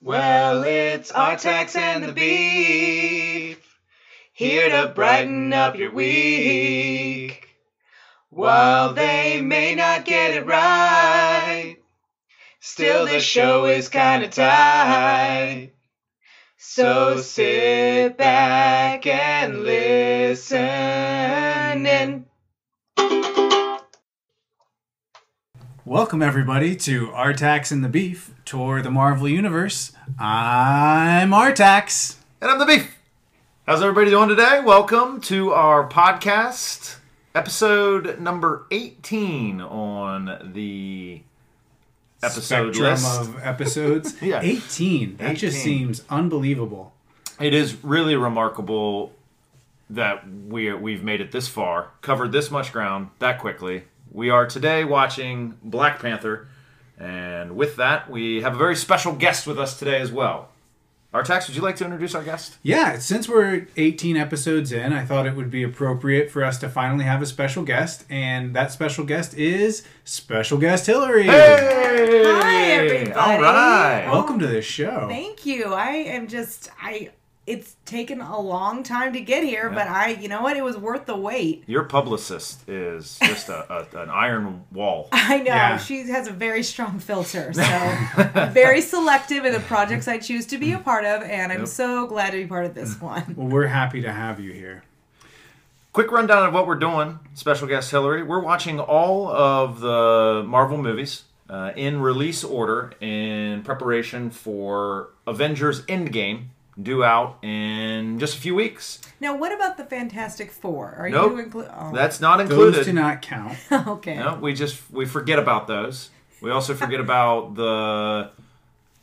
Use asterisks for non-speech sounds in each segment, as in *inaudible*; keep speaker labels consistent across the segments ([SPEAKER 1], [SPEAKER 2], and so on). [SPEAKER 1] Well, it's Artax and the Beef, here to brighten up your week. While they may not get it right, still the show is kinda tight. So sit back and listen in.
[SPEAKER 2] Welcome, everybody, to Artax and the Beef Tour the Marvel Universe. I'm Artax.
[SPEAKER 3] And I'm the Beef. How's everybody doing today? Welcome to our podcast, episode number 18 on the episode
[SPEAKER 2] Spectrum
[SPEAKER 3] list.
[SPEAKER 2] of episodes.
[SPEAKER 3] *laughs* Yeah.
[SPEAKER 2] 18. That just
[SPEAKER 3] 18.
[SPEAKER 2] seems unbelievable.
[SPEAKER 3] It is really remarkable that we we've made it this far, covered this much ground that quickly. We are today watching Black Panther, and with that, we have a very special guest with us today as well. Artax, would you like to introduce our guest?
[SPEAKER 2] Yeah, since we're 18 episodes in, I thought it would be appropriate for us to finally have a special guest, and that special guest is special guest Hillary.
[SPEAKER 3] Hey!
[SPEAKER 4] Hi, everybody.
[SPEAKER 3] All right.
[SPEAKER 2] Welcome to this show.
[SPEAKER 4] Thank you. I am just I it's taken a long time to get here, but I you know what? It was worth the wait. *laughs*
[SPEAKER 3] Your publicist is just a, a, an iron wall.
[SPEAKER 4] I know.
[SPEAKER 2] Yeah.
[SPEAKER 4] She has a very
[SPEAKER 3] *laughs*
[SPEAKER 4] strong filter. So I'm very selective in the projects I choose to be a part of, and I'm so glad to be part of
[SPEAKER 3] *laughs*
[SPEAKER 4] this one.
[SPEAKER 2] Well, we're happy to have you here.
[SPEAKER 3] Quick rundown of what we're doing. Special guest Hillary. We're watching all of the Marvel movies uh, in release order in preparation for Avengers Endgame, due out in just a few weeks.
[SPEAKER 4] Now what about the Fantastic Four? Are
[SPEAKER 3] Nope.
[SPEAKER 4] you include oh
[SPEAKER 3] That's not
[SPEAKER 2] Those
[SPEAKER 3] included.
[SPEAKER 2] do not count.
[SPEAKER 4] *laughs* okay.
[SPEAKER 3] No, we just we forget about those. We also forget about the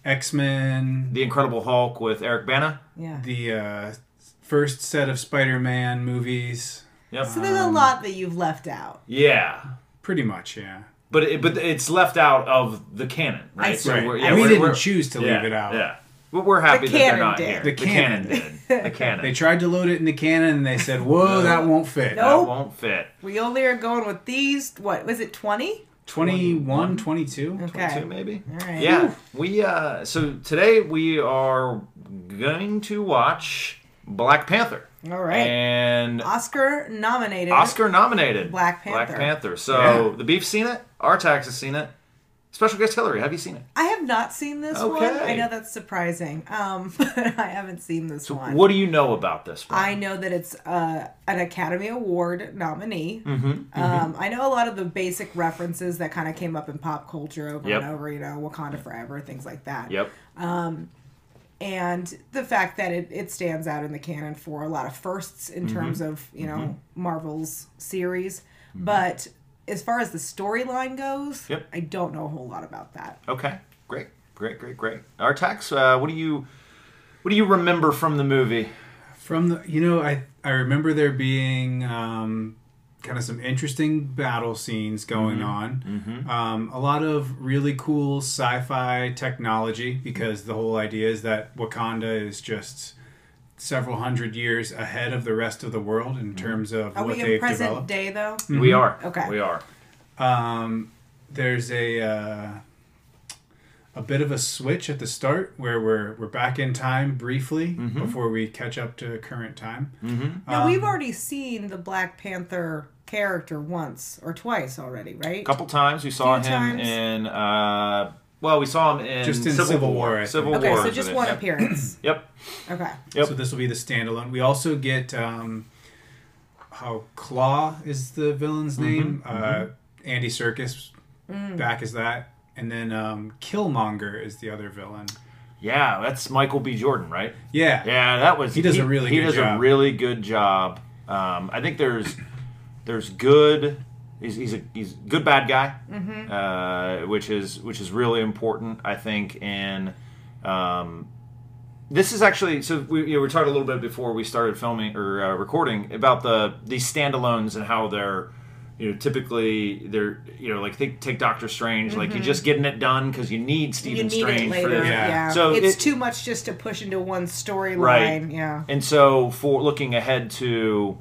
[SPEAKER 2] X Men,
[SPEAKER 3] the Incredible Hulk with Eric Bana.
[SPEAKER 4] Yeah.
[SPEAKER 2] the uh, first set of Spider Man movies.
[SPEAKER 3] Yep.
[SPEAKER 4] So there's a lot that you've left out.
[SPEAKER 3] Yeah.
[SPEAKER 2] Pretty much, yeah.
[SPEAKER 3] But it, but it's left out of the canon, right?
[SPEAKER 4] I see.
[SPEAKER 2] Right.
[SPEAKER 3] we're-
[SPEAKER 2] we
[SPEAKER 3] we're-
[SPEAKER 2] didn't
[SPEAKER 3] we're-
[SPEAKER 2] choose to
[SPEAKER 3] yeah,
[SPEAKER 2] leave it out.
[SPEAKER 3] Yeah. But we're happy
[SPEAKER 4] The
[SPEAKER 3] that they're
[SPEAKER 4] canon
[SPEAKER 3] not
[SPEAKER 4] did.
[SPEAKER 3] here.
[SPEAKER 2] The canon.
[SPEAKER 3] did.
[SPEAKER 2] *laughs*
[SPEAKER 3] The
[SPEAKER 2] They
[SPEAKER 3] canon.
[SPEAKER 2] tried to load it in the canon and they said, whoa, that won't fit.
[SPEAKER 3] that
[SPEAKER 4] Nope.
[SPEAKER 3] won't fit.
[SPEAKER 4] We only are going with these what was it twenty?
[SPEAKER 2] 21, 22?
[SPEAKER 4] Okay.
[SPEAKER 3] Two maybe.
[SPEAKER 4] right.
[SPEAKER 3] Yeah. We uh so today we are going to watch Black Panther.
[SPEAKER 4] All right.
[SPEAKER 3] And
[SPEAKER 4] Oscar nominated.
[SPEAKER 3] Oscar nominated.
[SPEAKER 4] Black Panther.
[SPEAKER 3] Black Panther. So
[SPEAKER 2] Yeah.
[SPEAKER 3] the beef's seen it, Artax has seen it. Special guest Hillary, have you seen it?
[SPEAKER 4] I have not seen this one.
[SPEAKER 3] Okay.
[SPEAKER 4] I know that's surprising, um, *laughs* but I haven't seen this one.
[SPEAKER 3] What do you know about this one?
[SPEAKER 4] I know that it's uh, an Academy Award nominee.
[SPEAKER 3] Mm-hmm,
[SPEAKER 4] Um, I know a lot of the basic references that kind of came up in pop culture over
[SPEAKER 3] Yep.
[SPEAKER 4] and over, you know, Wakanda Forever, things like that.
[SPEAKER 3] yep.
[SPEAKER 4] And the fact that it, it stands out in the canon for a lot of firsts in
[SPEAKER 3] Mm-hmm.
[SPEAKER 4] terms of, you know, Marvel's series. But as far as the storyline goes,
[SPEAKER 3] Mm-hmm. Yep.
[SPEAKER 4] I don't know a whole lot about that.
[SPEAKER 3] Okay, great, great, great, great. Artax, uh, what do you what do you remember from the movie?
[SPEAKER 2] Mm-hmm. From the, you know, I, I remember there being um, kind of some interesting battle scenes going on.
[SPEAKER 3] Mm-hmm.
[SPEAKER 2] Um, a lot of really cool sci fi technology because the whole idea is that Wakanda is just several hundred years ahead of the rest of the world in
[SPEAKER 3] Mm-hmm.
[SPEAKER 2] terms of
[SPEAKER 4] Are
[SPEAKER 2] what
[SPEAKER 4] we
[SPEAKER 2] they've
[SPEAKER 4] in present
[SPEAKER 2] developed.
[SPEAKER 4] day, though?
[SPEAKER 3] We are
[SPEAKER 4] Okay.
[SPEAKER 3] We are.
[SPEAKER 2] there's a uh, a bit of a switch at the start where we're we're back in time briefly
[SPEAKER 3] Mm-hmm.
[SPEAKER 2] before we catch up to current time.
[SPEAKER 4] Now we've
[SPEAKER 2] Um,
[SPEAKER 4] already seen the Black Panther character once or twice already, right?
[SPEAKER 3] A couple times we saw
[SPEAKER 4] Few
[SPEAKER 3] him
[SPEAKER 4] times.
[SPEAKER 3] in. Uh, well, we saw him in
[SPEAKER 2] Just in
[SPEAKER 3] Civil,
[SPEAKER 2] Civil
[SPEAKER 3] War.
[SPEAKER 2] War, I
[SPEAKER 3] Civil
[SPEAKER 4] okay,
[SPEAKER 3] War.
[SPEAKER 4] so
[SPEAKER 3] is
[SPEAKER 4] just
[SPEAKER 3] it.
[SPEAKER 4] one
[SPEAKER 2] *clears throat*
[SPEAKER 3] Yep.
[SPEAKER 4] appearance.
[SPEAKER 3] Yep.
[SPEAKER 4] Okay.
[SPEAKER 3] Yep.
[SPEAKER 2] So this will be the standalone. We also get um, how Claw is the villain's
[SPEAKER 3] Mm-hmm.
[SPEAKER 2] name. Uh, Andy Circus back as that, and then um, Killmonger is the other villain.
[SPEAKER 3] Yeah, that's Michael B. Jordan, right?
[SPEAKER 2] Yeah,
[SPEAKER 3] Yeah, that was.
[SPEAKER 2] He does a really
[SPEAKER 3] he
[SPEAKER 2] good
[SPEAKER 3] does a
[SPEAKER 2] job.
[SPEAKER 3] really good job. Um, I think there's there's good. He's, he's a he's a good bad guy,
[SPEAKER 4] Mm-hmm.
[SPEAKER 3] uh, which is which is really important. I think in um, this is actually so we, you know, we talked a little bit before we started filming or uh, recording about the these standalones and how they're you know typically they're you know like think take Doctor Strange like you're just getting it done because you need
[SPEAKER 4] Mm-hmm. You
[SPEAKER 3] Stephen
[SPEAKER 4] need
[SPEAKER 3] Strange
[SPEAKER 4] it
[SPEAKER 3] for
[SPEAKER 4] later.
[SPEAKER 3] this.
[SPEAKER 4] Yeah.
[SPEAKER 2] Yeah.
[SPEAKER 3] So
[SPEAKER 4] it's
[SPEAKER 3] it-
[SPEAKER 4] too much just to push into one storyline.
[SPEAKER 3] Right.
[SPEAKER 4] Yeah.
[SPEAKER 3] And so, for looking ahead to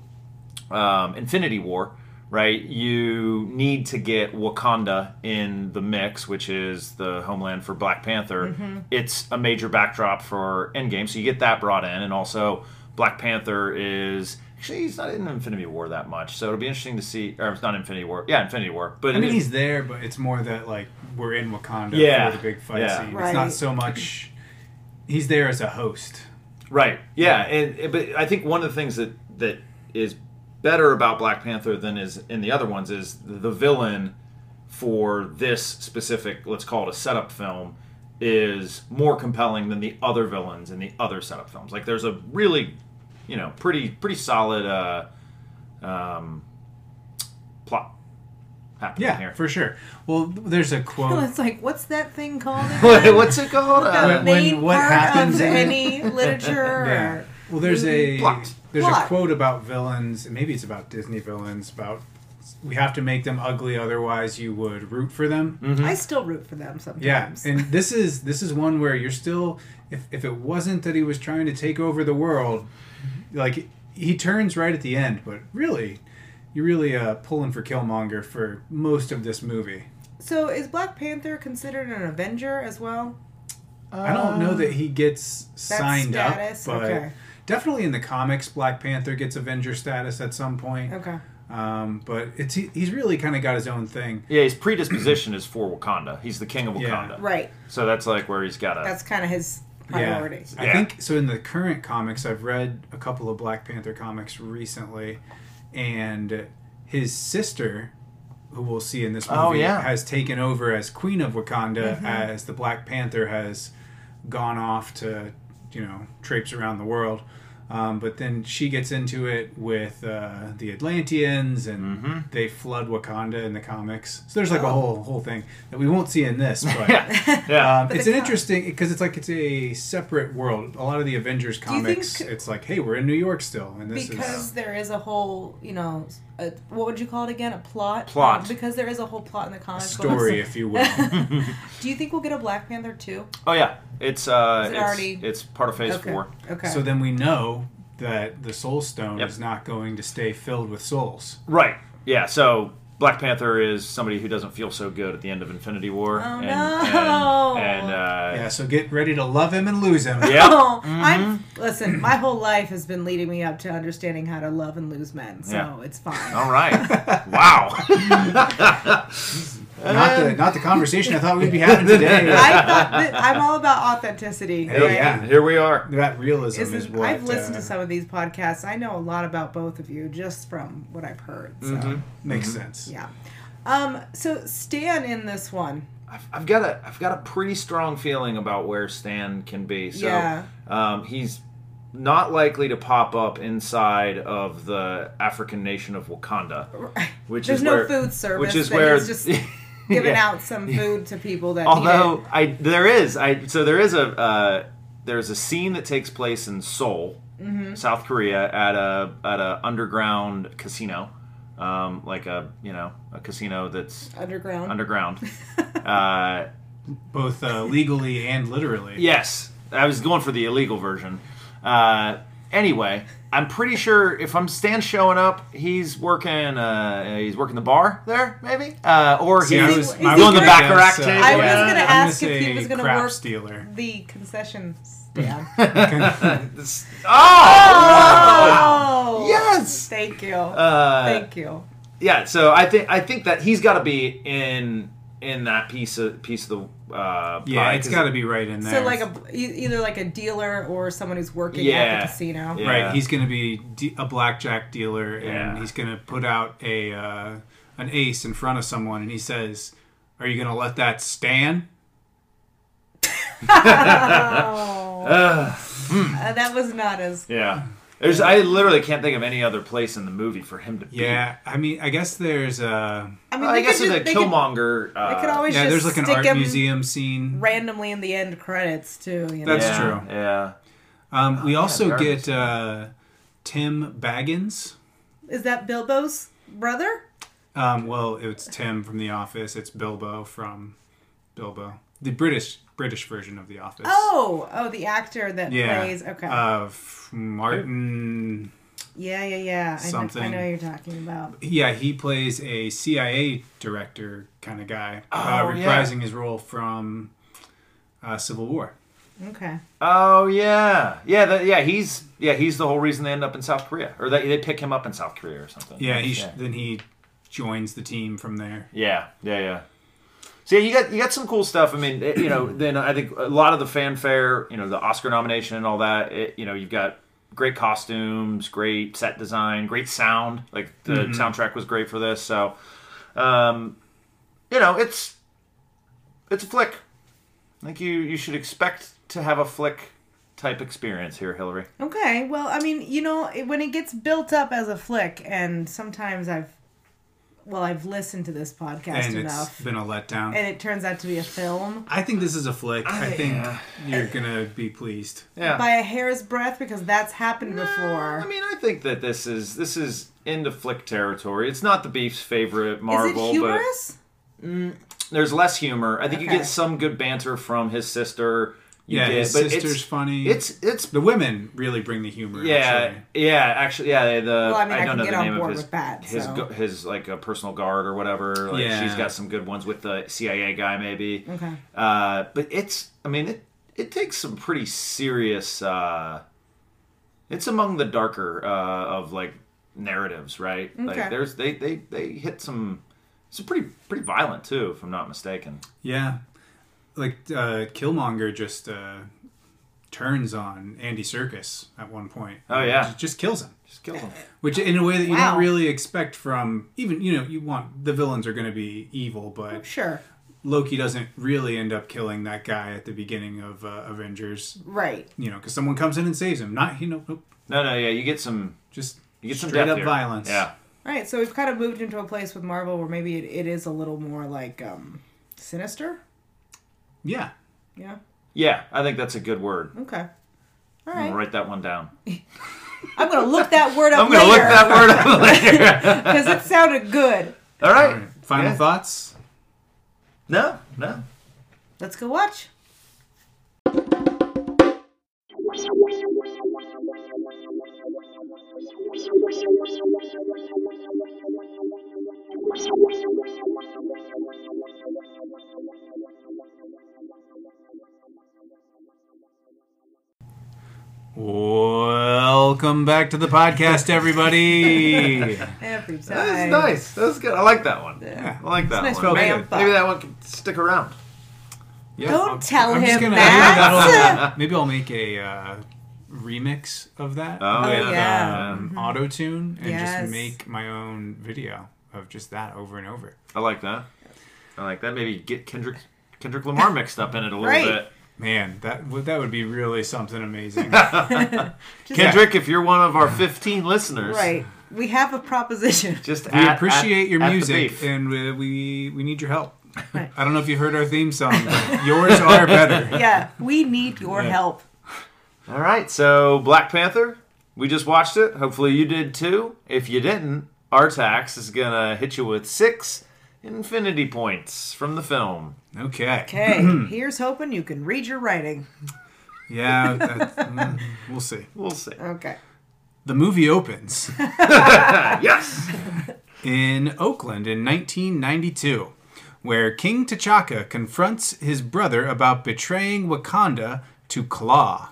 [SPEAKER 3] um, Infinity War, right? You need to get Wakanda in the mix, which is the homeland for Black Panther.
[SPEAKER 2] Mm-hmm.
[SPEAKER 3] It's a major backdrop for Endgame, so you get that brought in, and also Black Panther is actually he's not in Infinity War that much, so it'll be interesting to see. Or it's not Infinity War, yeah, Infinity War, but
[SPEAKER 2] I
[SPEAKER 3] it
[SPEAKER 2] mean,
[SPEAKER 3] is-
[SPEAKER 2] he's there, but it's more that like we're in Wakanda
[SPEAKER 3] Yeah.
[SPEAKER 2] for the big fight
[SPEAKER 3] Yeah.
[SPEAKER 2] scene. It's
[SPEAKER 4] Right.
[SPEAKER 2] not so much. He's there as a host.
[SPEAKER 3] Right. Yeah, and and- but I think one of the things that that is better about Black Panther than is in the other ones is the villain for this specific, let's call it a setup film, is more compelling than the other villains in the other setup films. Like there's a really, you know, pretty pretty solid uh, um, plot happening
[SPEAKER 2] Yeah,
[SPEAKER 3] here. *laughs*
[SPEAKER 2] for sure. Well, th- there's a quote.
[SPEAKER 4] It's like, what's that thing called? again?
[SPEAKER 3] What's it called?
[SPEAKER 4] the
[SPEAKER 2] When-
[SPEAKER 3] Uh,
[SPEAKER 4] main
[SPEAKER 2] what
[SPEAKER 4] part
[SPEAKER 2] happens
[SPEAKER 4] of
[SPEAKER 2] in-
[SPEAKER 4] any literature?
[SPEAKER 2] *laughs* yeah.
[SPEAKER 4] or-
[SPEAKER 2] Well, there's a
[SPEAKER 3] Plot.
[SPEAKER 2] there's
[SPEAKER 4] Plot.
[SPEAKER 2] a quote about villains. and Maybe it's about Disney villains. About we have to make them ugly, otherwise you would root for them.
[SPEAKER 4] I still root for them sometimes.
[SPEAKER 2] Mm-hmm. Yeah, and this is this is one where you're still. If if it wasn't that he was trying to take over the world, like he turns right at the end, but really, you're really uh, pulling for Killmonger for most of this movie.
[SPEAKER 4] so is Black Panther considered an Avenger as well?
[SPEAKER 2] I don't know that he gets signed
[SPEAKER 4] Um, status?
[SPEAKER 2] up, but
[SPEAKER 4] Okay.
[SPEAKER 2] definitely in the comics, Black Panther gets Avenger status at some point.
[SPEAKER 4] Okay.
[SPEAKER 2] Um, but it's he, he's really kind of got his own thing.
[SPEAKER 3] yeah, his predisposition is for Wakanda. He's the king of
[SPEAKER 2] Yeah.
[SPEAKER 3] Wakanda.
[SPEAKER 4] Right.
[SPEAKER 3] So that's like where he's got to.
[SPEAKER 4] That's kind of his priority.
[SPEAKER 2] Yeah. I
[SPEAKER 3] Yeah.
[SPEAKER 2] think so. In the current comics, I've read a couple of Black Panther comics recently, and his sister, who we'll see in this movie,
[SPEAKER 3] Oh, yeah. Mm-hmm.
[SPEAKER 2] has taken over as Queen of Wakanda as the Black Panther has gone off to, you know, traipse around the world. Um, but then she gets into it with uh, the Atlanteans, and they flood Wakanda in the comics. So there's like
[SPEAKER 3] Oh.
[SPEAKER 2] a whole whole thing that we won't see in this, but
[SPEAKER 4] *laughs*
[SPEAKER 3] yeah. yeah.
[SPEAKER 2] Um, it's an interesting because it's like it's a separate world. A lot of the Avengers
[SPEAKER 4] you think-
[SPEAKER 2] comics, it's like, hey, we're in New York still, and this
[SPEAKER 4] because
[SPEAKER 2] is
[SPEAKER 4] there is a whole, you know, a, what would you call it again? A plot.
[SPEAKER 3] Plot.
[SPEAKER 4] Um, because there is a whole plot in the comic
[SPEAKER 2] a
[SPEAKER 4] books.
[SPEAKER 2] story, if you will.
[SPEAKER 4] Do you think we'll get a Black Panther too?
[SPEAKER 3] Oh yeah, it's uh,
[SPEAKER 4] Is it
[SPEAKER 3] it's,
[SPEAKER 4] already-
[SPEAKER 3] it's part of Phase
[SPEAKER 4] okay.
[SPEAKER 3] Four.
[SPEAKER 4] *laughs* Okay. *laughs*
[SPEAKER 2] so then we know that the Soul Stone
[SPEAKER 3] Yep.
[SPEAKER 2] is not going to stay filled with souls.
[SPEAKER 3] Right. Yeah. So Black Panther is somebody who doesn't feel so good at the end of Infinity War. and,
[SPEAKER 4] Oh, no.
[SPEAKER 3] And, and, uh,
[SPEAKER 2] Yeah, so get ready to love him and lose him.
[SPEAKER 3] yeah.
[SPEAKER 4] Oh, I'm
[SPEAKER 2] Mm-hmm.
[SPEAKER 4] listen. My whole life has been leading me up to understanding how to love and lose men, so
[SPEAKER 3] Yeah.
[SPEAKER 4] it's fine.
[SPEAKER 2] Oh,
[SPEAKER 3] All
[SPEAKER 4] *laughs*
[SPEAKER 3] right. wow.
[SPEAKER 2] Not the not the conversation I thought we'd
[SPEAKER 4] *laughs*
[SPEAKER 2] be having today.
[SPEAKER 4] Um, I thought that I'm all about authenticity.
[SPEAKER 2] Hey,
[SPEAKER 4] right?
[SPEAKER 2] yeah.
[SPEAKER 3] Here we are.
[SPEAKER 2] That realism
[SPEAKER 4] This
[SPEAKER 2] is,
[SPEAKER 4] is-
[SPEAKER 2] what
[SPEAKER 4] I've listened
[SPEAKER 2] uh,
[SPEAKER 4] to some of these podcasts. I know a lot about both of you just from what I've heard. So
[SPEAKER 2] Mm-hmm. makes
[SPEAKER 4] Mm-hmm.
[SPEAKER 2] sense.
[SPEAKER 4] yeah. Um, so Stan in this one.
[SPEAKER 3] I've, I've got a I've got a pretty strong feeling about where Stan can be. So
[SPEAKER 4] Yeah.
[SPEAKER 3] um, he's not likely to pop up inside of the African nation of Wakanda, which
[SPEAKER 4] There's
[SPEAKER 3] is
[SPEAKER 4] no
[SPEAKER 3] where,
[SPEAKER 4] food service.
[SPEAKER 3] Which is
[SPEAKER 4] that
[SPEAKER 3] where
[SPEAKER 4] he's just giving
[SPEAKER 3] *laughs* Yeah.
[SPEAKER 4] out some food to people that
[SPEAKER 3] *laughs*
[SPEAKER 4] need
[SPEAKER 3] Although
[SPEAKER 4] it.
[SPEAKER 3] I there is I so there is a uh, there's a scene that takes place in Seoul,
[SPEAKER 4] Mm-hmm.
[SPEAKER 3] South Korea, at a at a underground casino, um, like a you know a casino that's
[SPEAKER 4] underground. *laughs*
[SPEAKER 3] underground. uh,
[SPEAKER 2] Both uh, legally and literally.
[SPEAKER 3] yes, I was going for the illegal version. Uh, anyway, I'm pretty sure if I'm Stan showing up, he's working uh, he's working the bar there maybe, uh, or
[SPEAKER 2] See, I
[SPEAKER 4] he-
[SPEAKER 3] he's
[SPEAKER 2] was,
[SPEAKER 4] is
[SPEAKER 2] I
[SPEAKER 4] he
[SPEAKER 2] was
[SPEAKER 4] gonna-
[SPEAKER 2] gonna guess,
[SPEAKER 3] Baccarat table?
[SPEAKER 4] I was
[SPEAKER 2] yeah.
[SPEAKER 4] gonna
[SPEAKER 2] I'm
[SPEAKER 4] ask if he
[SPEAKER 2] say
[SPEAKER 4] was gonna
[SPEAKER 2] crap
[SPEAKER 4] work-
[SPEAKER 2] stealer.
[SPEAKER 4] the concession stand.
[SPEAKER 3] *laughs*
[SPEAKER 4] Ah!
[SPEAKER 3] oh,
[SPEAKER 4] oh
[SPEAKER 3] yes.
[SPEAKER 4] Thank you.
[SPEAKER 3] Uh,
[SPEAKER 4] Thank you.
[SPEAKER 3] yeah so i think i think that he's got to be in in that piece of piece of the uh
[SPEAKER 2] Yeah,
[SPEAKER 3] pie,
[SPEAKER 2] it's
[SPEAKER 3] 'cause-
[SPEAKER 2] got to be right in there.
[SPEAKER 4] So like a e- either like a dealer or someone who's working at
[SPEAKER 3] Yeah.
[SPEAKER 4] the casino.
[SPEAKER 3] Yeah.
[SPEAKER 2] right. He's going to be de- a blackjack dealer, and
[SPEAKER 3] Yeah.
[SPEAKER 2] he's going to put out a uh, an ace in front of someone, and he says, "Are you going to let that stand?"
[SPEAKER 4] Oh, Uh, that was not as
[SPEAKER 3] yeah there's i literally can't think of any other place in the movie for him to be
[SPEAKER 2] Yeah, I mean, I guess there's uh,
[SPEAKER 4] I mean,
[SPEAKER 3] Well, i
[SPEAKER 4] they could
[SPEAKER 3] guess there's
[SPEAKER 4] just-
[SPEAKER 3] a
[SPEAKER 4] they could-
[SPEAKER 3] killmonger uh,
[SPEAKER 4] they could always
[SPEAKER 2] yeah,
[SPEAKER 4] just
[SPEAKER 2] there's like an
[SPEAKER 4] stick
[SPEAKER 2] art
[SPEAKER 4] 'em
[SPEAKER 2] museum scene.
[SPEAKER 4] randomly in the end credits too. You know?
[SPEAKER 2] That's
[SPEAKER 3] yeah,
[SPEAKER 2] true.
[SPEAKER 3] yeah
[SPEAKER 2] Um, we also
[SPEAKER 3] there is.
[SPEAKER 2] get uh, Tim Baggins.
[SPEAKER 4] Is that Bilbo's brother?
[SPEAKER 2] Um, well, it's Tim from The Office. It's Bilbo from Bilbo, the British British version of The Office.
[SPEAKER 4] Oh, oh, the actor that
[SPEAKER 3] Uh,
[SPEAKER 2] yeah,
[SPEAKER 4] plays. Okay,
[SPEAKER 2] Uh, f- Martin.
[SPEAKER 4] Yeah, yeah, yeah. I, know, I
[SPEAKER 2] Something.
[SPEAKER 4] know you're talking about.
[SPEAKER 2] Yeah, he plays a CIA director kind of guy, uh,
[SPEAKER 3] Oh, yeah.
[SPEAKER 2] reprising his role from uh, Civil War.
[SPEAKER 4] Okay.
[SPEAKER 3] Oh yeah, yeah, that, yeah. He's yeah, he's the whole reason they end up in South Korea, or that they pick him up in South Korea or something.
[SPEAKER 2] Yeah, he sh-
[SPEAKER 3] yeah,
[SPEAKER 2] then he joins the team from there.
[SPEAKER 3] yeah, yeah. yeah. So yeah, you got you got some cool stuff. I mean, it- you know, then I think a lot of the fanfare, you know, the Oscar nomination and all that. It, you know, you've got great costumes, great set design, great sound. Like the soundtrack was great for this. So, um, you know, it's it's a flick. I think you you should expect to have a flick type experience here, Hillary.
[SPEAKER 4] Okay. Well, I mean, you know, it, when it gets built up as a flick, and sometimes I've, well, I've listened to this podcast
[SPEAKER 2] and
[SPEAKER 4] enough,
[SPEAKER 2] it's been a letdown.
[SPEAKER 4] and it turns out to be a film
[SPEAKER 2] I think this is a flick. I think
[SPEAKER 3] yeah.
[SPEAKER 2] you're gonna be pleased.
[SPEAKER 3] Yeah.
[SPEAKER 4] by a hair's breadth because that's happened before.
[SPEAKER 3] I mean, I think that this is this is into flick territory. It's not the beef's favorite Marvel,
[SPEAKER 4] Is it humorous?
[SPEAKER 3] but there's less humor. I think you
[SPEAKER 4] Okay.
[SPEAKER 3] get some good banter from his sister. You
[SPEAKER 2] yeah,
[SPEAKER 3] did,
[SPEAKER 2] his
[SPEAKER 3] but it's-
[SPEAKER 2] sister's funny.
[SPEAKER 3] It's it's
[SPEAKER 2] the women really bring the humor.
[SPEAKER 3] yeah
[SPEAKER 2] actually.
[SPEAKER 3] yeah actually yeah the
[SPEAKER 4] Well, I mean, I
[SPEAKER 3] don't
[SPEAKER 4] can
[SPEAKER 3] know
[SPEAKER 4] get
[SPEAKER 3] the
[SPEAKER 4] on
[SPEAKER 3] name
[SPEAKER 4] board
[SPEAKER 3] of his
[SPEAKER 4] with that,
[SPEAKER 3] his
[SPEAKER 4] so.
[SPEAKER 3] gu- his like a personal guard or whatever. Like
[SPEAKER 2] Yeah.
[SPEAKER 3] she's got some good ones with the CIA guy maybe.
[SPEAKER 4] Okay.
[SPEAKER 3] Uh, but it's I mean it it takes some pretty serious. Uh, it's among the darker uh, of like narratives, right?
[SPEAKER 4] Okay.
[SPEAKER 3] Like there's they they they hit some. It's pretty pretty violent too, if I'm not mistaken.
[SPEAKER 2] yeah. Like uh, Killmonger just uh, turns on Andy Circus at one point.
[SPEAKER 3] Oh, yeah.
[SPEAKER 2] Just- just kills him.
[SPEAKER 3] Just kill them.
[SPEAKER 2] which in a way that you
[SPEAKER 4] Wow.
[SPEAKER 2] don't really expect from even you know you want the villains are going to be evil but
[SPEAKER 4] Sure.
[SPEAKER 2] loki doesn't really end up killing that guy at the beginning of uh, avengers
[SPEAKER 4] Right.
[SPEAKER 2] you know because someone comes in and saves him not you know nope,
[SPEAKER 3] *laughs* No, no, yeah, you get some
[SPEAKER 2] just
[SPEAKER 3] you get some
[SPEAKER 2] straight
[SPEAKER 3] death
[SPEAKER 2] up
[SPEAKER 3] here.
[SPEAKER 2] violence
[SPEAKER 3] Yeah,
[SPEAKER 4] All right. So we've kind of moved into a place with Marvel where maybe it, it is a little more like um, sinister.
[SPEAKER 2] yeah
[SPEAKER 4] Yeah.
[SPEAKER 3] yeah, I think that's a good word.
[SPEAKER 4] Okay. All
[SPEAKER 3] I'm
[SPEAKER 4] right.
[SPEAKER 3] gonna write that one
[SPEAKER 4] *laughs*
[SPEAKER 3] down.
[SPEAKER 4] I'm gonna look that word
[SPEAKER 3] *laughs*
[SPEAKER 4] up
[SPEAKER 3] I'm gonna look
[SPEAKER 4] later *laughs*
[SPEAKER 3] that word up *laughs* later.
[SPEAKER 4] because it sounded good.
[SPEAKER 3] All
[SPEAKER 2] All
[SPEAKER 3] right.
[SPEAKER 2] right. final
[SPEAKER 3] Yeah.
[SPEAKER 2] thoughts
[SPEAKER 3] No, no.
[SPEAKER 4] Let's go watch.
[SPEAKER 2] welcome back to the podcast everybody
[SPEAKER 3] *laughs*
[SPEAKER 4] Every time.
[SPEAKER 3] That was nice. That was good. I like that one.
[SPEAKER 2] Yeah.
[SPEAKER 3] I like that
[SPEAKER 2] nice
[SPEAKER 3] one.
[SPEAKER 2] for a
[SPEAKER 3] Maybe,
[SPEAKER 4] vamp up.
[SPEAKER 3] maybe that one can stick around.
[SPEAKER 2] yeah,
[SPEAKER 4] Don't tell
[SPEAKER 2] just
[SPEAKER 4] him
[SPEAKER 2] gonna-
[SPEAKER 4] that.
[SPEAKER 2] maybe, I'll, maybe I'll make a uh, remix of that
[SPEAKER 3] Oh,
[SPEAKER 4] Oh,
[SPEAKER 3] yeah.
[SPEAKER 4] yeah.
[SPEAKER 2] um, auto tune and
[SPEAKER 4] Yes.
[SPEAKER 2] just make my own video of just that over and over.
[SPEAKER 3] I like that. I like that. Maybe get Kendrick Kendrick Lamar mixed up in it a little
[SPEAKER 4] Right.
[SPEAKER 3] bit. *laughs*
[SPEAKER 2] Man, that would that would be really something amazing.
[SPEAKER 4] *laughs* Just-
[SPEAKER 3] Kendrick, if you're one of our 15 listeners,
[SPEAKER 4] Right. We have a
[SPEAKER 3] *laughs*
[SPEAKER 4] proposition. *laughs*
[SPEAKER 3] Just
[SPEAKER 2] we
[SPEAKER 3] at-
[SPEAKER 2] appreciate
[SPEAKER 3] at-
[SPEAKER 2] your
[SPEAKER 3] at the
[SPEAKER 2] music
[SPEAKER 3] beef.
[SPEAKER 2] and we, we we need your help.
[SPEAKER 4] Right.
[SPEAKER 2] I don't know if you heard our theme song, but yours are
[SPEAKER 4] *laughs*
[SPEAKER 2] better.
[SPEAKER 4] Yeah. We need your
[SPEAKER 2] Yeah.
[SPEAKER 4] help.
[SPEAKER 3] All right. So Black Panther, we just watched it. Hopefully you did too. If you didn't, our tax is gonna hit you with six infinity points from the film.
[SPEAKER 2] Okay.
[SPEAKER 3] *clears throat*
[SPEAKER 4] Okay. Here's hoping you can read your writing.
[SPEAKER 2] Yeah, that's, mm, we'll see.
[SPEAKER 3] We'll *laughs* see.
[SPEAKER 4] Okay.
[SPEAKER 2] The movie opens
[SPEAKER 3] yes.
[SPEAKER 2] in Oakland in 1992, where King T'Chaka confronts his brother about betraying Wakanda to Claw.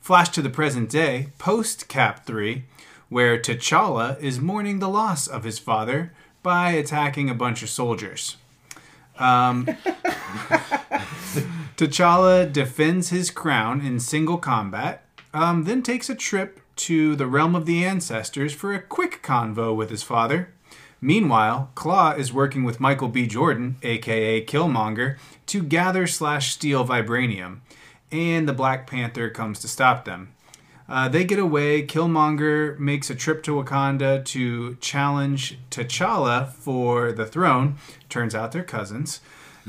[SPEAKER 2] Flash to the present day, post Cap 3, where T'Challa is mourning the loss of his father by attacking a bunch of soldiers. Um, *laughs* T'Challa defends his crown in single combat, um, then takes a trip to the realm of the ancestors for a quick convo with his father. Meanwhile, Claw is working with Michael B. Jordan, aka Killmonger, to gather slash steal vibranium, and the Black Panther comes to stop them. Uh, they get away. Killmonger makes a trip to Wakanda to challenge T'Challa for the throne. Turns out they're cousins.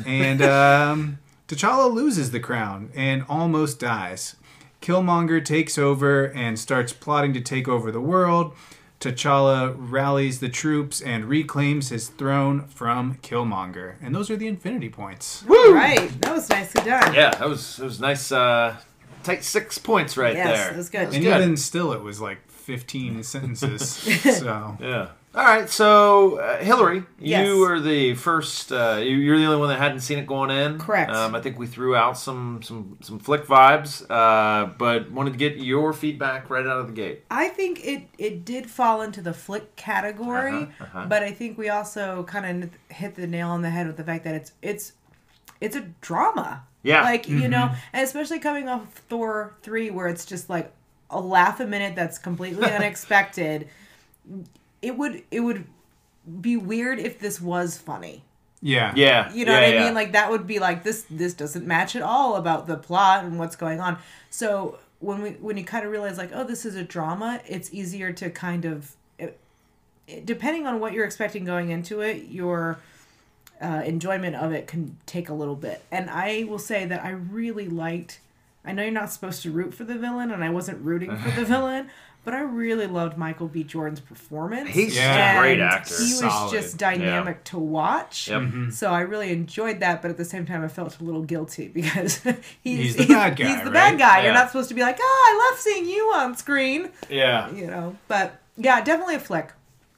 [SPEAKER 2] And um, T'Challa loses the crown and almost dies. Killmonger takes over and starts plotting to take over the world. T'Challa rallies the troops and reclaims his throne from Killmonger. And those are the infinity points.
[SPEAKER 4] All right. That was nicely done.
[SPEAKER 3] Yeah, that was that was nice. Uh, tight six points right
[SPEAKER 4] Yes,
[SPEAKER 3] there.
[SPEAKER 4] that was good.
[SPEAKER 2] And
[SPEAKER 3] good.
[SPEAKER 2] even still, it was like 15 sentences. so
[SPEAKER 3] Yeah. All right. So, uh, Hillary,
[SPEAKER 4] Yes.
[SPEAKER 3] you were the first. Uh, you, you're the only one that hadn't seen it going in.
[SPEAKER 4] Correct.
[SPEAKER 3] Um, I think we threw out some some some flick vibes, uh, but wanted to get your feedback right out of the gate.
[SPEAKER 4] I think it it did fall into the flick category,
[SPEAKER 3] Uh-huh, uh-huh.
[SPEAKER 4] but I think we also kind of hit the nail on the head with the fact that it's it's it's a drama.
[SPEAKER 3] Yeah. Mm-hmm.
[SPEAKER 4] Like, you know, and especially coming off of Thor 3 where it's just like a laugh a minute that's completely
[SPEAKER 3] *laughs*
[SPEAKER 4] unexpected. It would it would be weird if this was funny.
[SPEAKER 2] yeah,
[SPEAKER 3] Yeah.
[SPEAKER 4] You know
[SPEAKER 3] yeah,
[SPEAKER 4] what I
[SPEAKER 3] yeah.
[SPEAKER 4] mean? Like that would be like this this doesn't match at all about the plot and what's going on. So when we when you kind of realize like oh this is a drama, it's easier to kind of it- it- depending on what you're expecting going into it, your uh, enjoyment of it can take a little bit. And I will say that I really liked I know you're not supposed to root for the villain and I wasn't rooting for
[SPEAKER 3] *laughs*
[SPEAKER 4] the villain, but I really loved Michael B. Jordan's performance.
[SPEAKER 3] He's
[SPEAKER 2] Yeah.
[SPEAKER 3] such a great
[SPEAKER 4] And
[SPEAKER 3] actor.
[SPEAKER 4] He was
[SPEAKER 2] Solid.
[SPEAKER 4] just dynamic to watch.
[SPEAKER 3] Yep.
[SPEAKER 2] Mm-hmm.
[SPEAKER 4] So I really enjoyed that, but at the same time, I felt a little guilty *laughs* because
[SPEAKER 2] He's
[SPEAKER 4] he's,
[SPEAKER 2] the bad guy,
[SPEAKER 4] He's the
[SPEAKER 2] right?
[SPEAKER 4] bad guy. You're
[SPEAKER 3] Yeah.
[SPEAKER 4] not supposed to be like, oh, I love seeing you on screen,
[SPEAKER 3] yeah.
[SPEAKER 4] you know. But yeah, definitely a flick.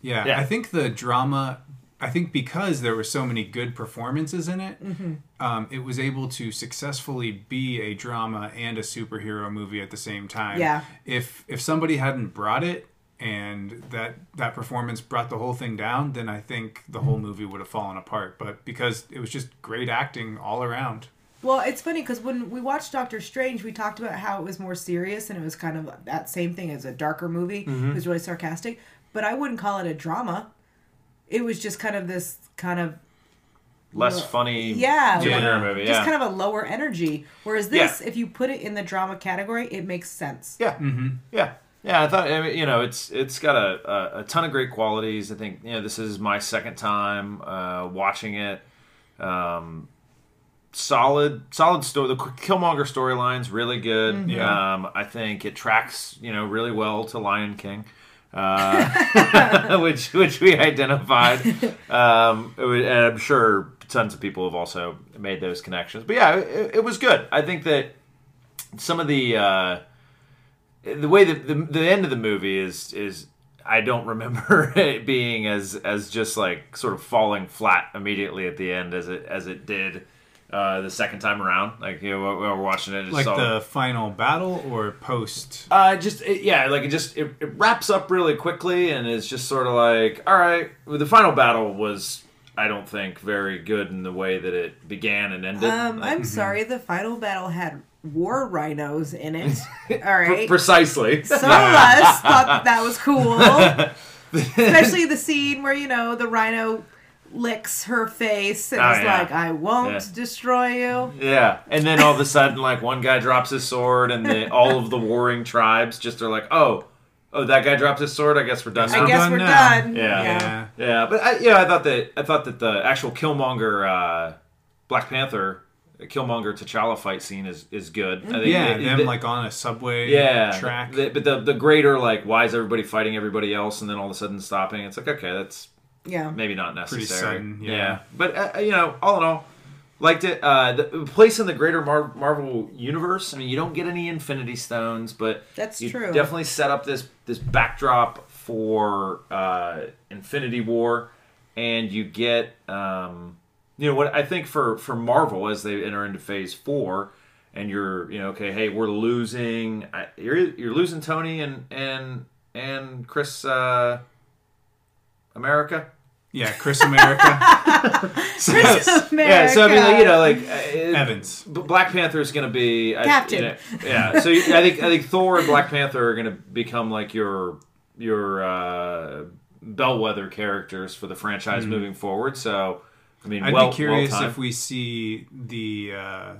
[SPEAKER 2] Yeah,
[SPEAKER 3] Yeah.
[SPEAKER 2] I think the drama. I think because there were so many good performances in it, um, it was able to successfully be a drama and a superhero movie at the same time.
[SPEAKER 4] Yeah.
[SPEAKER 2] If if somebody hadn't brought it and that that performance brought the whole thing down, then I think the whole movie would have fallen apart. But because it was just great acting all around.
[SPEAKER 4] Well, it's funny because when we watched Doctor Strange, we talked about how it was more serious and it was kind of that same thing as a darker movie.
[SPEAKER 2] Mm-hmm.
[SPEAKER 4] It was really sarcastic, but I wouldn't call it a drama. It was just kind of this kind of
[SPEAKER 3] Less funny.
[SPEAKER 4] Yeah,
[SPEAKER 3] superhero
[SPEAKER 2] Yeah.
[SPEAKER 3] movie.
[SPEAKER 4] just
[SPEAKER 3] yeah.
[SPEAKER 4] kind of a lower energy. Whereas this, if you put it in the drama category, it makes sense.
[SPEAKER 3] Yeah, yeah, yeah. I thought I mean, you know it's it's got a, a a ton of great qualities. I think you know this is my second time uh, watching it. Um, solid, solid story. The Killmonger storyline's really good.
[SPEAKER 4] Mm-hmm.
[SPEAKER 2] Yeah.
[SPEAKER 3] Um, I think it tracks you know really well to Lion King. Uh, *laughs* which which we identified, um, it was- and I'm sure tons of people have also made those connections. But yeah, it, it was good. I think that some of the uh, the way that the, the end of the movie is is I don't remember *laughs* it being as as just like sort of falling flat immediately at the end as it as it did uh, the second time around. Like you know, while we were watching it, it's
[SPEAKER 2] Like
[SPEAKER 3] all-
[SPEAKER 2] the final battle or post.
[SPEAKER 3] uh, just it, yeah, like it just it, it wraps up really quickly and is just sort of like all right. well, The final battle was I don't think very good in the way that it began and ended.
[SPEAKER 4] Um,
[SPEAKER 3] Like,
[SPEAKER 2] Mm-hmm.
[SPEAKER 4] I'm sorry, the final battle had war rhinos
[SPEAKER 2] *laughs*
[SPEAKER 4] in it. All
[SPEAKER 3] pre-
[SPEAKER 4] right.
[SPEAKER 3] precisely. *laughs*
[SPEAKER 4] Some of us thought that, that
[SPEAKER 2] *laughs*
[SPEAKER 4] was cool, especially the scene where you know the rhino licks her face and
[SPEAKER 3] Oh,
[SPEAKER 4] is
[SPEAKER 3] yeah.
[SPEAKER 4] like, "I won't
[SPEAKER 3] Yeah.
[SPEAKER 4] destroy you."
[SPEAKER 3] Yeah, and then all of a sudden, like one guy drops his sword, and the, all of the warring tribes just are like, "Oh, oh, that guy dropped his sword. I guess we're done."
[SPEAKER 4] I
[SPEAKER 2] We're
[SPEAKER 3] now."
[SPEAKER 4] guess
[SPEAKER 2] done
[SPEAKER 4] we're
[SPEAKER 2] now.
[SPEAKER 4] done.
[SPEAKER 3] Yeah.
[SPEAKER 2] Yeah.
[SPEAKER 3] Yeah, but I, yeah, I thought that I thought that the actual Killmonger, uh, Black Panther, Killmonger T'Challa fight scene is is good. I think
[SPEAKER 2] Yeah,
[SPEAKER 3] it-
[SPEAKER 2] them
[SPEAKER 3] it-
[SPEAKER 2] like on a subway
[SPEAKER 3] yeah
[SPEAKER 2] track.
[SPEAKER 3] the- but the the greater like why is everybody fighting everybody else, and then all of a sudden stopping? It's like okay, that's
[SPEAKER 4] Yeah.
[SPEAKER 3] maybe not necessary.
[SPEAKER 2] sudden, yeah.
[SPEAKER 3] But uh, you know, all in all, liked it. Uh, the place in the greater Mar- Marvel universe. I mean, you don't get any Infinity Stones, but
[SPEAKER 4] That's
[SPEAKER 3] you
[SPEAKER 4] true.
[SPEAKER 3] Definitely set up this this backdrop for uh, Infinity War, and you get um, you know what I think for for Marvel as they enter into Phase Four. And you're, you know, okay. Hey, we're losing. I- You're you're losing Tony and and and Chris uh, America.
[SPEAKER 2] Yeah, Chris America
[SPEAKER 3] *laughs*
[SPEAKER 4] *laughs*
[SPEAKER 3] Yeah, so I mean, like, you know, like uh,
[SPEAKER 2] Evans.
[SPEAKER 3] B- Black Panther is going to be I-
[SPEAKER 4] Captain.
[SPEAKER 3] you know, yeah, so you, I think I think Thor and Black Panther are going to become like your your uh, bellwether characters for the franchise moving forward. So I mean,
[SPEAKER 2] Mm-hmm. I'd
[SPEAKER 3] well,
[SPEAKER 2] be curious
[SPEAKER 3] well
[SPEAKER 2] if we see the uh,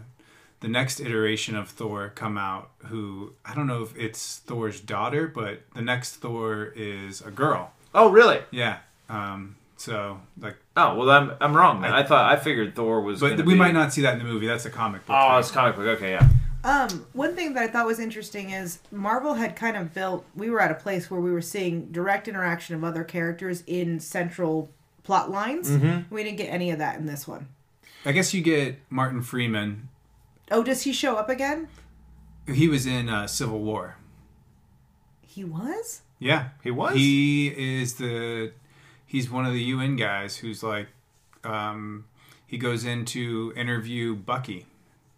[SPEAKER 2] the next iteration of Thor come out. Who I don't know if it's Thor's daughter, but the next Thor is a girl.
[SPEAKER 3] Oh, really?
[SPEAKER 2] Yeah. Um, so like,
[SPEAKER 3] Oh, well, I'm I'm wrong. Then. I, thought I figured Thor was.
[SPEAKER 2] but
[SPEAKER 3] gonna
[SPEAKER 2] we
[SPEAKER 3] be-
[SPEAKER 2] might not see that in the movie. That's a comic book.
[SPEAKER 3] Oh,
[SPEAKER 2] thing.
[SPEAKER 3] it's comic book. Okay, yeah.
[SPEAKER 4] Um, one thing that I thought was interesting is Marvel had kind of built. We were at a place where we were seeing direct interaction of other characters in central plot lines.
[SPEAKER 3] Mm-hmm.
[SPEAKER 4] We didn't get any of that in this one.
[SPEAKER 2] I guess you get Martin Freeman.
[SPEAKER 4] Oh, does he show up again?
[SPEAKER 2] He was in uh, Civil War.
[SPEAKER 4] He was.
[SPEAKER 2] Yeah,
[SPEAKER 3] He was?
[SPEAKER 2] He is the he's one of the UN guys who's like um he goes in to interview Bucky.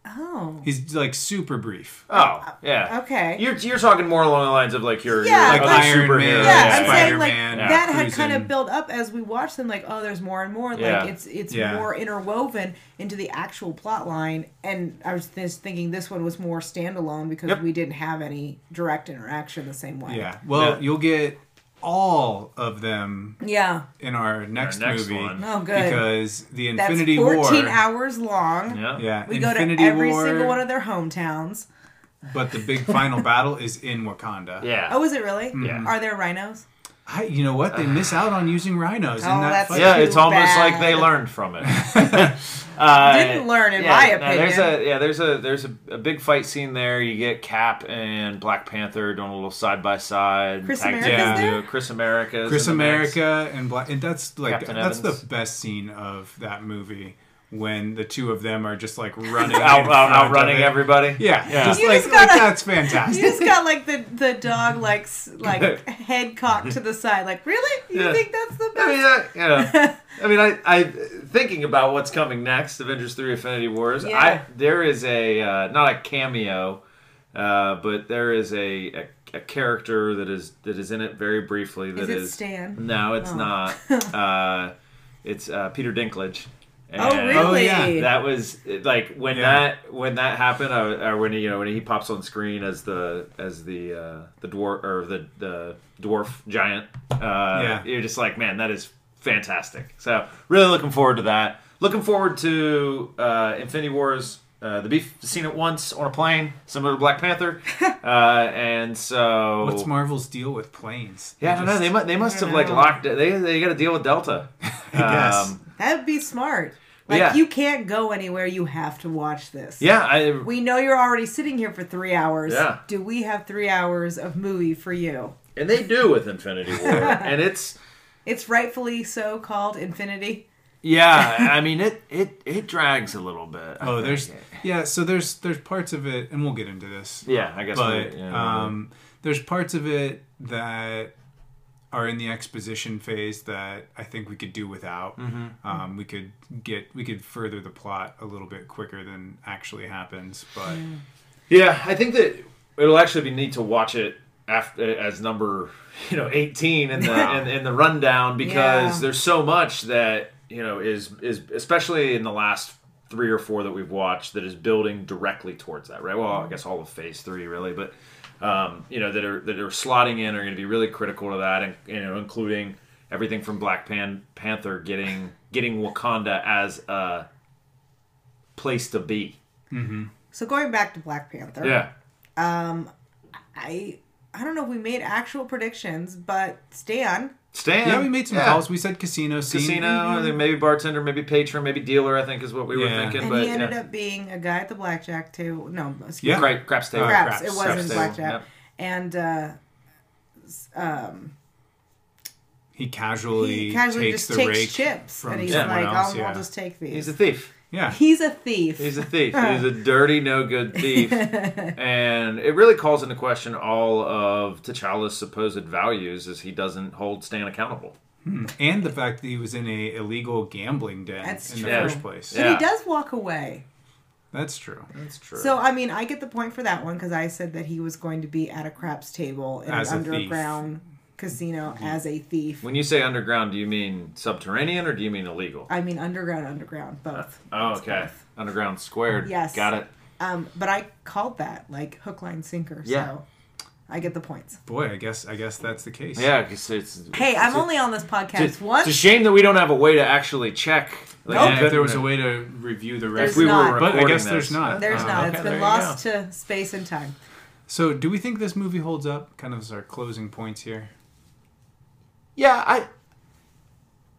[SPEAKER 4] Oh.
[SPEAKER 2] He's like super brief.
[SPEAKER 3] Oh, yeah.
[SPEAKER 4] Okay.
[SPEAKER 3] You're, you're talking more along the lines of like your,
[SPEAKER 4] Yeah,
[SPEAKER 3] your
[SPEAKER 4] like
[SPEAKER 3] other
[SPEAKER 2] Iron
[SPEAKER 3] superhero.
[SPEAKER 2] Man,
[SPEAKER 4] yeah,
[SPEAKER 2] Yeah,
[SPEAKER 4] I'm saying like
[SPEAKER 2] Spider-Man,
[SPEAKER 4] that
[SPEAKER 2] yeah,
[SPEAKER 4] had kind
[SPEAKER 2] cruising.
[SPEAKER 4] of built up as we watched them. Like, oh, there's more and more. Like
[SPEAKER 3] Yeah.
[SPEAKER 4] it's it's
[SPEAKER 2] Yeah.
[SPEAKER 4] more interwoven into the actual plot line. And I was just thinking this one was more standalone because
[SPEAKER 3] Yep.
[SPEAKER 4] we didn't have any direct interaction the same way.
[SPEAKER 2] Yeah. Well,
[SPEAKER 3] Yeah.
[SPEAKER 2] you'll get all of them
[SPEAKER 4] Yeah.
[SPEAKER 2] in our next,
[SPEAKER 3] next
[SPEAKER 2] movie
[SPEAKER 3] one.
[SPEAKER 4] Oh, good.
[SPEAKER 2] because the
[SPEAKER 4] That's
[SPEAKER 2] Infinity
[SPEAKER 4] 14
[SPEAKER 2] War.
[SPEAKER 4] hours long.
[SPEAKER 3] Yeah.
[SPEAKER 2] Yeah,
[SPEAKER 4] We
[SPEAKER 2] Infinity
[SPEAKER 4] go to every
[SPEAKER 2] War,
[SPEAKER 4] single one of their hometowns.
[SPEAKER 2] but the
[SPEAKER 4] *laughs*
[SPEAKER 2] big final battle is in Wakanda.
[SPEAKER 3] Yeah.
[SPEAKER 4] Oh, is it really?
[SPEAKER 3] Yeah.
[SPEAKER 4] Are
[SPEAKER 3] *laughs*
[SPEAKER 4] there rhinos?
[SPEAKER 2] I, you know what? They miss out on using rhinos in
[SPEAKER 4] Oh,
[SPEAKER 2] that
[SPEAKER 4] that's
[SPEAKER 2] fight.
[SPEAKER 3] Uh-huh. yeah,
[SPEAKER 4] too
[SPEAKER 3] it's almost
[SPEAKER 4] bad.
[SPEAKER 3] like they learned from
[SPEAKER 4] *laughs*
[SPEAKER 3] it. uh,
[SPEAKER 4] Didn't learn, in my
[SPEAKER 3] no, There's
[SPEAKER 4] opinion.
[SPEAKER 3] a yeah, there's a there's a, a big fight scene there. You get Cap and Black Panther doing a little side by side.
[SPEAKER 4] Chris
[SPEAKER 3] tag team
[SPEAKER 2] America's
[SPEAKER 3] duo.
[SPEAKER 4] there?
[SPEAKER 3] Chris America. is
[SPEAKER 2] Chris
[SPEAKER 3] in the mix.
[SPEAKER 2] America and Black, and that's like
[SPEAKER 3] Captain
[SPEAKER 2] that's
[SPEAKER 3] Evans.
[SPEAKER 2] the best scene of that movie when the two of them are just
[SPEAKER 3] *laughs*
[SPEAKER 2] like running
[SPEAKER 3] out,
[SPEAKER 2] in
[SPEAKER 3] out,
[SPEAKER 2] front of
[SPEAKER 3] outrunning
[SPEAKER 2] it.
[SPEAKER 3] everybody.
[SPEAKER 2] Yeah,
[SPEAKER 3] Yeah.
[SPEAKER 2] just
[SPEAKER 4] You
[SPEAKER 2] like,
[SPEAKER 4] just gotta-
[SPEAKER 2] like, that's
[SPEAKER 4] *laughs* You
[SPEAKER 2] fantastic.
[SPEAKER 4] just got like the, the dog like s- like head cocked to the side. Like, really? You
[SPEAKER 3] Yeah.
[SPEAKER 4] think that's the
[SPEAKER 3] I
[SPEAKER 4] best?
[SPEAKER 3] mean, I, you know,
[SPEAKER 4] *laughs*
[SPEAKER 3] I mean, I, I thinking about what's coming next, Avengers Three: Infinity Wars. I
[SPEAKER 4] Yeah.
[SPEAKER 3] there is a uh, not a cameo, uh, but there is a, a a character that is that is in it very briefly. That is
[SPEAKER 4] it Stan?
[SPEAKER 3] No, it's
[SPEAKER 4] Oh. *laughs*
[SPEAKER 3] not. Uh, it's uh, Peter Dinklage.
[SPEAKER 4] Oh,
[SPEAKER 3] And-
[SPEAKER 4] really?
[SPEAKER 2] Oh, yeah.
[SPEAKER 3] that was like when
[SPEAKER 2] Yeah.
[SPEAKER 3] that when that happened, I, or when you know when he pops on screen as the as the uh, the dwarf or the the dwarf giant. Uh,
[SPEAKER 2] Yeah.
[SPEAKER 3] you're just like, man, that is fantastic. So really looking forward to that. Looking forward to uh, Infinity Wars. Uh, the beef seen it once on a plane, similar to Black Panther, uh, and so
[SPEAKER 2] What's Marvel's deal with planes?
[SPEAKER 3] yeah, I don't know. They must they must have like
[SPEAKER 4] know.
[SPEAKER 3] locked. it- They they got to deal with Delta. Um,
[SPEAKER 2] guess.
[SPEAKER 4] That'd be smart. Like
[SPEAKER 3] Yeah.
[SPEAKER 4] you can't go anywhere. You have to watch this.
[SPEAKER 3] yeah, I
[SPEAKER 4] We know you're already sitting here for three hours.
[SPEAKER 3] Yeah.
[SPEAKER 4] Do we have three hours of movie for you?
[SPEAKER 3] and they do with Infinity War, *laughs* and it's
[SPEAKER 4] It's rightfully so called Infinity.
[SPEAKER 3] yeah. I mean it it it drags a little bit. I
[SPEAKER 2] Oh,
[SPEAKER 3] think.
[SPEAKER 2] there's yeah. So there's there's parts of it, and we'll get into this.
[SPEAKER 3] yeah. I guess,
[SPEAKER 2] but
[SPEAKER 3] we- yeah,
[SPEAKER 2] um, there's parts of it that are in the exposition phase that I think we could do without.
[SPEAKER 4] Mm-hmm.
[SPEAKER 2] Um, we could get we could further the plot a little bit quicker than actually happens. But
[SPEAKER 3] yeah. I think that it'll actually be neat to watch it after as number you know eighteen in the in, in the rundown because
[SPEAKER 4] Yeah.
[SPEAKER 3] there's so much that you know is is especially in the last three or four that we've watched that is building directly towards that. Right. Well, I guess all of Phase Three really, but. um, you know that are that are slotting in are going to be really critical to that, and you know, including everything from Black Pan- Panther getting getting Wakanda as a place to be.
[SPEAKER 4] So going back to Black Panther.
[SPEAKER 3] Yeah,
[SPEAKER 4] I I don't know if we made actual predictions, but Stan.
[SPEAKER 3] Stan.
[SPEAKER 2] yeah, we made some
[SPEAKER 3] yeah.
[SPEAKER 2] calls. We said casino scene. Mm-hmm.
[SPEAKER 3] Casino, and then maybe bartender, maybe patron, maybe dealer. I think is what we were
[SPEAKER 2] Yeah.
[SPEAKER 3] thinking.
[SPEAKER 4] And
[SPEAKER 3] but
[SPEAKER 4] he ended
[SPEAKER 3] Mm-hmm. yeah.
[SPEAKER 4] up being a guy at the blackjack table. No, excuse
[SPEAKER 2] Yeah.
[SPEAKER 4] me.
[SPEAKER 3] Cra- craps table.
[SPEAKER 2] Crap.
[SPEAKER 4] Craps.
[SPEAKER 2] craps.
[SPEAKER 4] It
[SPEAKER 2] Craps
[SPEAKER 4] wasn't
[SPEAKER 2] table,
[SPEAKER 4] blackjack.
[SPEAKER 3] yep.
[SPEAKER 4] And uh,
[SPEAKER 2] He casually
[SPEAKER 4] he casually
[SPEAKER 2] takes
[SPEAKER 4] just
[SPEAKER 2] the rake
[SPEAKER 4] takes chips,
[SPEAKER 2] from
[SPEAKER 4] and he's
[SPEAKER 2] someone
[SPEAKER 4] like,
[SPEAKER 2] else.
[SPEAKER 4] I'll,
[SPEAKER 2] yeah.
[SPEAKER 4] "I'll just take these."
[SPEAKER 3] He's a thief.
[SPEAKER 2] yeah.
[SPEAKER 4] He's a thief.
[SPEAKER 3] He's a
[SPEAKER 4] *laughs*
[SPEAKER 3] thief. He's a dirty, no good thief. and it really calls into question all of T'Challa's supposed values as he doesn't hold Stan accountable.
[SPEAKER 2] and the fact that he was in a illegal gambling den
[SPEAKER 4] That's
[SPEAKER 2] in the
[SPEAKER 4] true.
[SPEAKER 2] first place.
[SPEAKER 4] but
[SPEAKER 3] Yeah.
[SPEAKER 4] he does walk away.
[SPEAKER 2] That's true.
[SPEAKER 3] That's true.
[SPEAKER 4] So I mean, I get the point for that one because I said that he was going to be at a craps table in
[SPEAKER 2] As a
[SPEAKER 4] an
[SPEAKER 2] thief. Mm-hmm.
[SPEAKER 4] underground casino as a thief.
[SPEAKER 3] When you say underground, do you mean subterranean or do you mean illegal?
[SPEAKER 4] I mean, underground, underground, both.
[SPEAKER 2] Uh,
[SPEAKER 3] Oh, okay. Underground squared.
[SPEAKER 4] Yes.
[SPEAKER 3] Got it.
[SPEAKER 4] Um, but I called that like hook, line, sinker.
[SPEAKER 3] Yeah.
[SPEAKER 4] So I get the points.
[SPEAKER 2] Boy, I guess I guess that's the case.
[SPEAKER 3] Yeah, 'cause it's.
[SPEAKER 4] Hey, I'm
[SPEAKER 3] it's-
[SPEAKER 4] only on this podcast
[SPEAKER 3] It's,
[SPEAKER 4] once.
[SPEAKER 3] it's a shame that we don't have a way to actually check. Like,
[SPEAKER 2] Yeah,
[SPEAKER 3] we
[SPEAKER 2] if
[SPEAKER 3] couldn't-
[SPEAKER 2] there was a way to review the
[SPEAKER 4] Oh, There's
[SPEAKER 2] record,
[SPEAKER 3] we
[SPEAKER 4] not.
[SPEAKER 3] were
[SPEAKER 2] but I
[SPEAKER 3] recording
[SPEAKER 2] guess
[SPEAKER 3] this.
[SPEAKER 2] there's not.
[SPEAKER 4] There's
[SPEAKER 3] Uh,
[SPEAKER 4] not.
[SPEAKER 3] okay,
[SPEAKER 4] it's
[SPEAKER 3] there
[SPEAKER 4] been
[SPEAKER 3] you
[SPEAKER 4] lost to space and time.
[SPEAKER 2] So, do we think this movie holds up? Kind of as our closing points here.
[SPEAKER 3] yeah i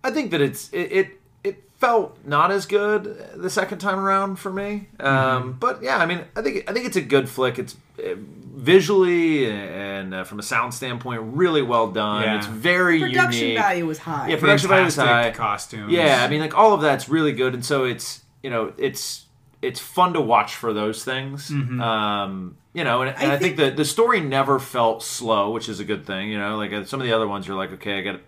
[SPEAKER 3] i think that it's it it, it felt not as good the second time around for me um, but yeah i mean i think i think it's a good flick it's uh, visually and uh, from a sound standpoint really well done
[SPEAKER 2] Yeah.
[SPEAKER 3] it's very
[SPEAKER 4] Production
[SPEAKER 3] unique
[SPEAKER 4] value was high.
[SPEAKER 3] Yeah, Production value was
[SPEAKER 2] Fantastic
[SPEAKER 3] high.
[SPEAKER 2] costumes.
[SPEAKER 3] yeah i mean like all of that's really good and so it's you know it's it's fun to watch for those things. Um, you know, and, and I, think, the the story never felt slow, which is a good thing. You know, like uh, some of the other ones, you're like, okay, I got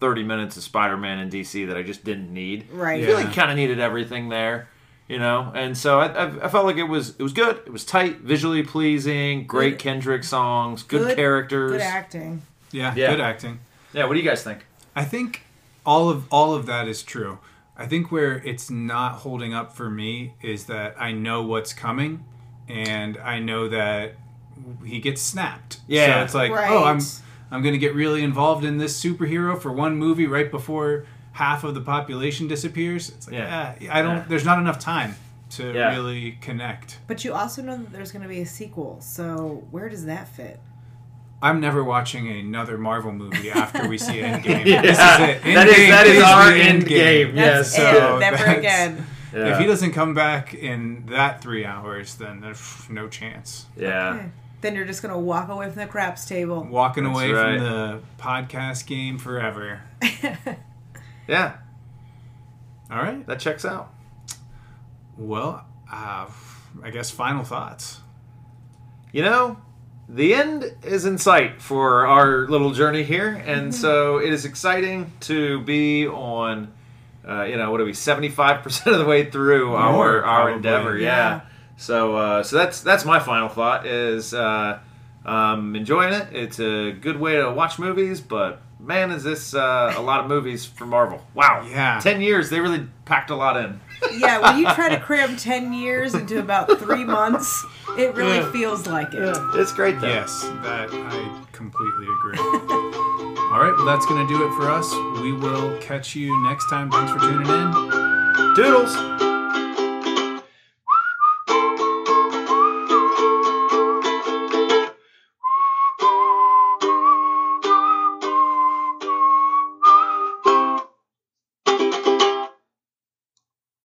[SPEAKER 3] 30 minutes of Spider Man in DC that I just didn't need.
[SPEAKER 4] Right.
[SPEAKER 3] I feel like
[SPEAKER 2] Yeah.
[SPEAKER 3] kind of needed everything there. You know, and so I, I, I felt like it was it was good. It was tight, visually pleasing, great
[SPEAKER 4] Good-
[SPEAKER 3] Kendrick songs, good,
[SPEAKER 4] Good-
[SPEAKER 3] characters.
[SPEAKER 4] Good acting.
[SPEAKER 2] Yeah,
[SPEAKER 3] Yeah.
[SPEAKER 2] good acting.
[SPEAKER 3] Yeah, what do you guys think?
[SPEAKER 2] I think all of all of that is true. I think where it's not holding up for me is that I know what's coming, and I know that he gets snapped.
[SPEAKER 3] Yeah.
[SPEAKER 2] so it's like, oh, I'm
[SPEAKER 4] Right.
[SPEAKER 2] I'm going to get really involved in this superhero for one movie right before half of the population disappears. It's like,
[SPEAKER 3] Yeah.
[SPEAKER 2] yeah, I don't.
[SPEAKER 3] Yeah.
[SPEAKER 2] There's not enough time to
[SPEAKER 3] Yeah.
[SPEAKER 2] really connect.
[SPEAKER 4] But you also know that there's going to be a sequel, so where does that fit?
[SPEAKER 2] I'm never watching another Marvel movie after we
[SPEAKER 3] *laughs*
[SPEAKER 2] see Endgame.
[SPEAKER 3] Yeah.
[SPEAKER 2] This is it.
[SPEAKER 3] That is-
[SPEAKER 2] Endgame
[SPEAKER 3] that is
[SPEAKER 2] the
[SPEAKER 3] our Endgame.
[SPEAKER 4] That's
[SPEAKER 3] Yes,
[SPEAKER 4] it.
[SPEAKER 2] so
[SPEAKER 4] Never
[SPEAKER 2] that's-
[SPEAKER 4] again.
[SPEAKER 2] If he doesn't come back in that three hours, then there's no chance.
[SPEAKER 3] *laughs* yeah.
[SPEAKER 4] Okay. Then you're just going to walk away from the craps table. *laughs*
[SPEAKER 2] Walking
[SPEAKER 3] That's
[SPEAKER 2] away
[SPEAKER 3] right.
[SPEAKER 2] from the podcast game forever.
[SPEAKER 3] Yeah,
[SPEAKER 2] All right.
[SPEAKER 3] that checks out.
[SPEAKER 2] Well, uh, I guess final thoughts.
[SPEAKER 3] You know, the end is in sight for our little journey here, and so it is exciting to be on. Uh, you know, what are we? Seventy-five percent of the way through our our
[SPEAKER 2] probably.
[SPEAKER 3] endeavor. Yeah.
[SPEAKER 4] Yeah.
[SPEAKER 3] So uh, so that's that's my final thought is uh, um, enjoying it. It's a good way to watch movies, but man, is this uh, a lot of movies for Marvel? Wow.
[SPEAKER 2] Yeah.
[SPEAKER 3] Ten years. They really packed a lot in.
[SPEAKER 4] yeah, when you try to cram 10 years into about three months, it really
[SPEAKER 3] Yeah.
[SPEAKER 4] feels like it.
[SPEAKER 3] It's great though.
[SPEAKER 2] Yes, that I completely
[SPEAKER 3] *laughs*
[SPEAKER 2] agree. All right. Well, that's going to do it for us. We will catch you next time. Thanks for tuning in.
[SPEAKER 3] Doodles.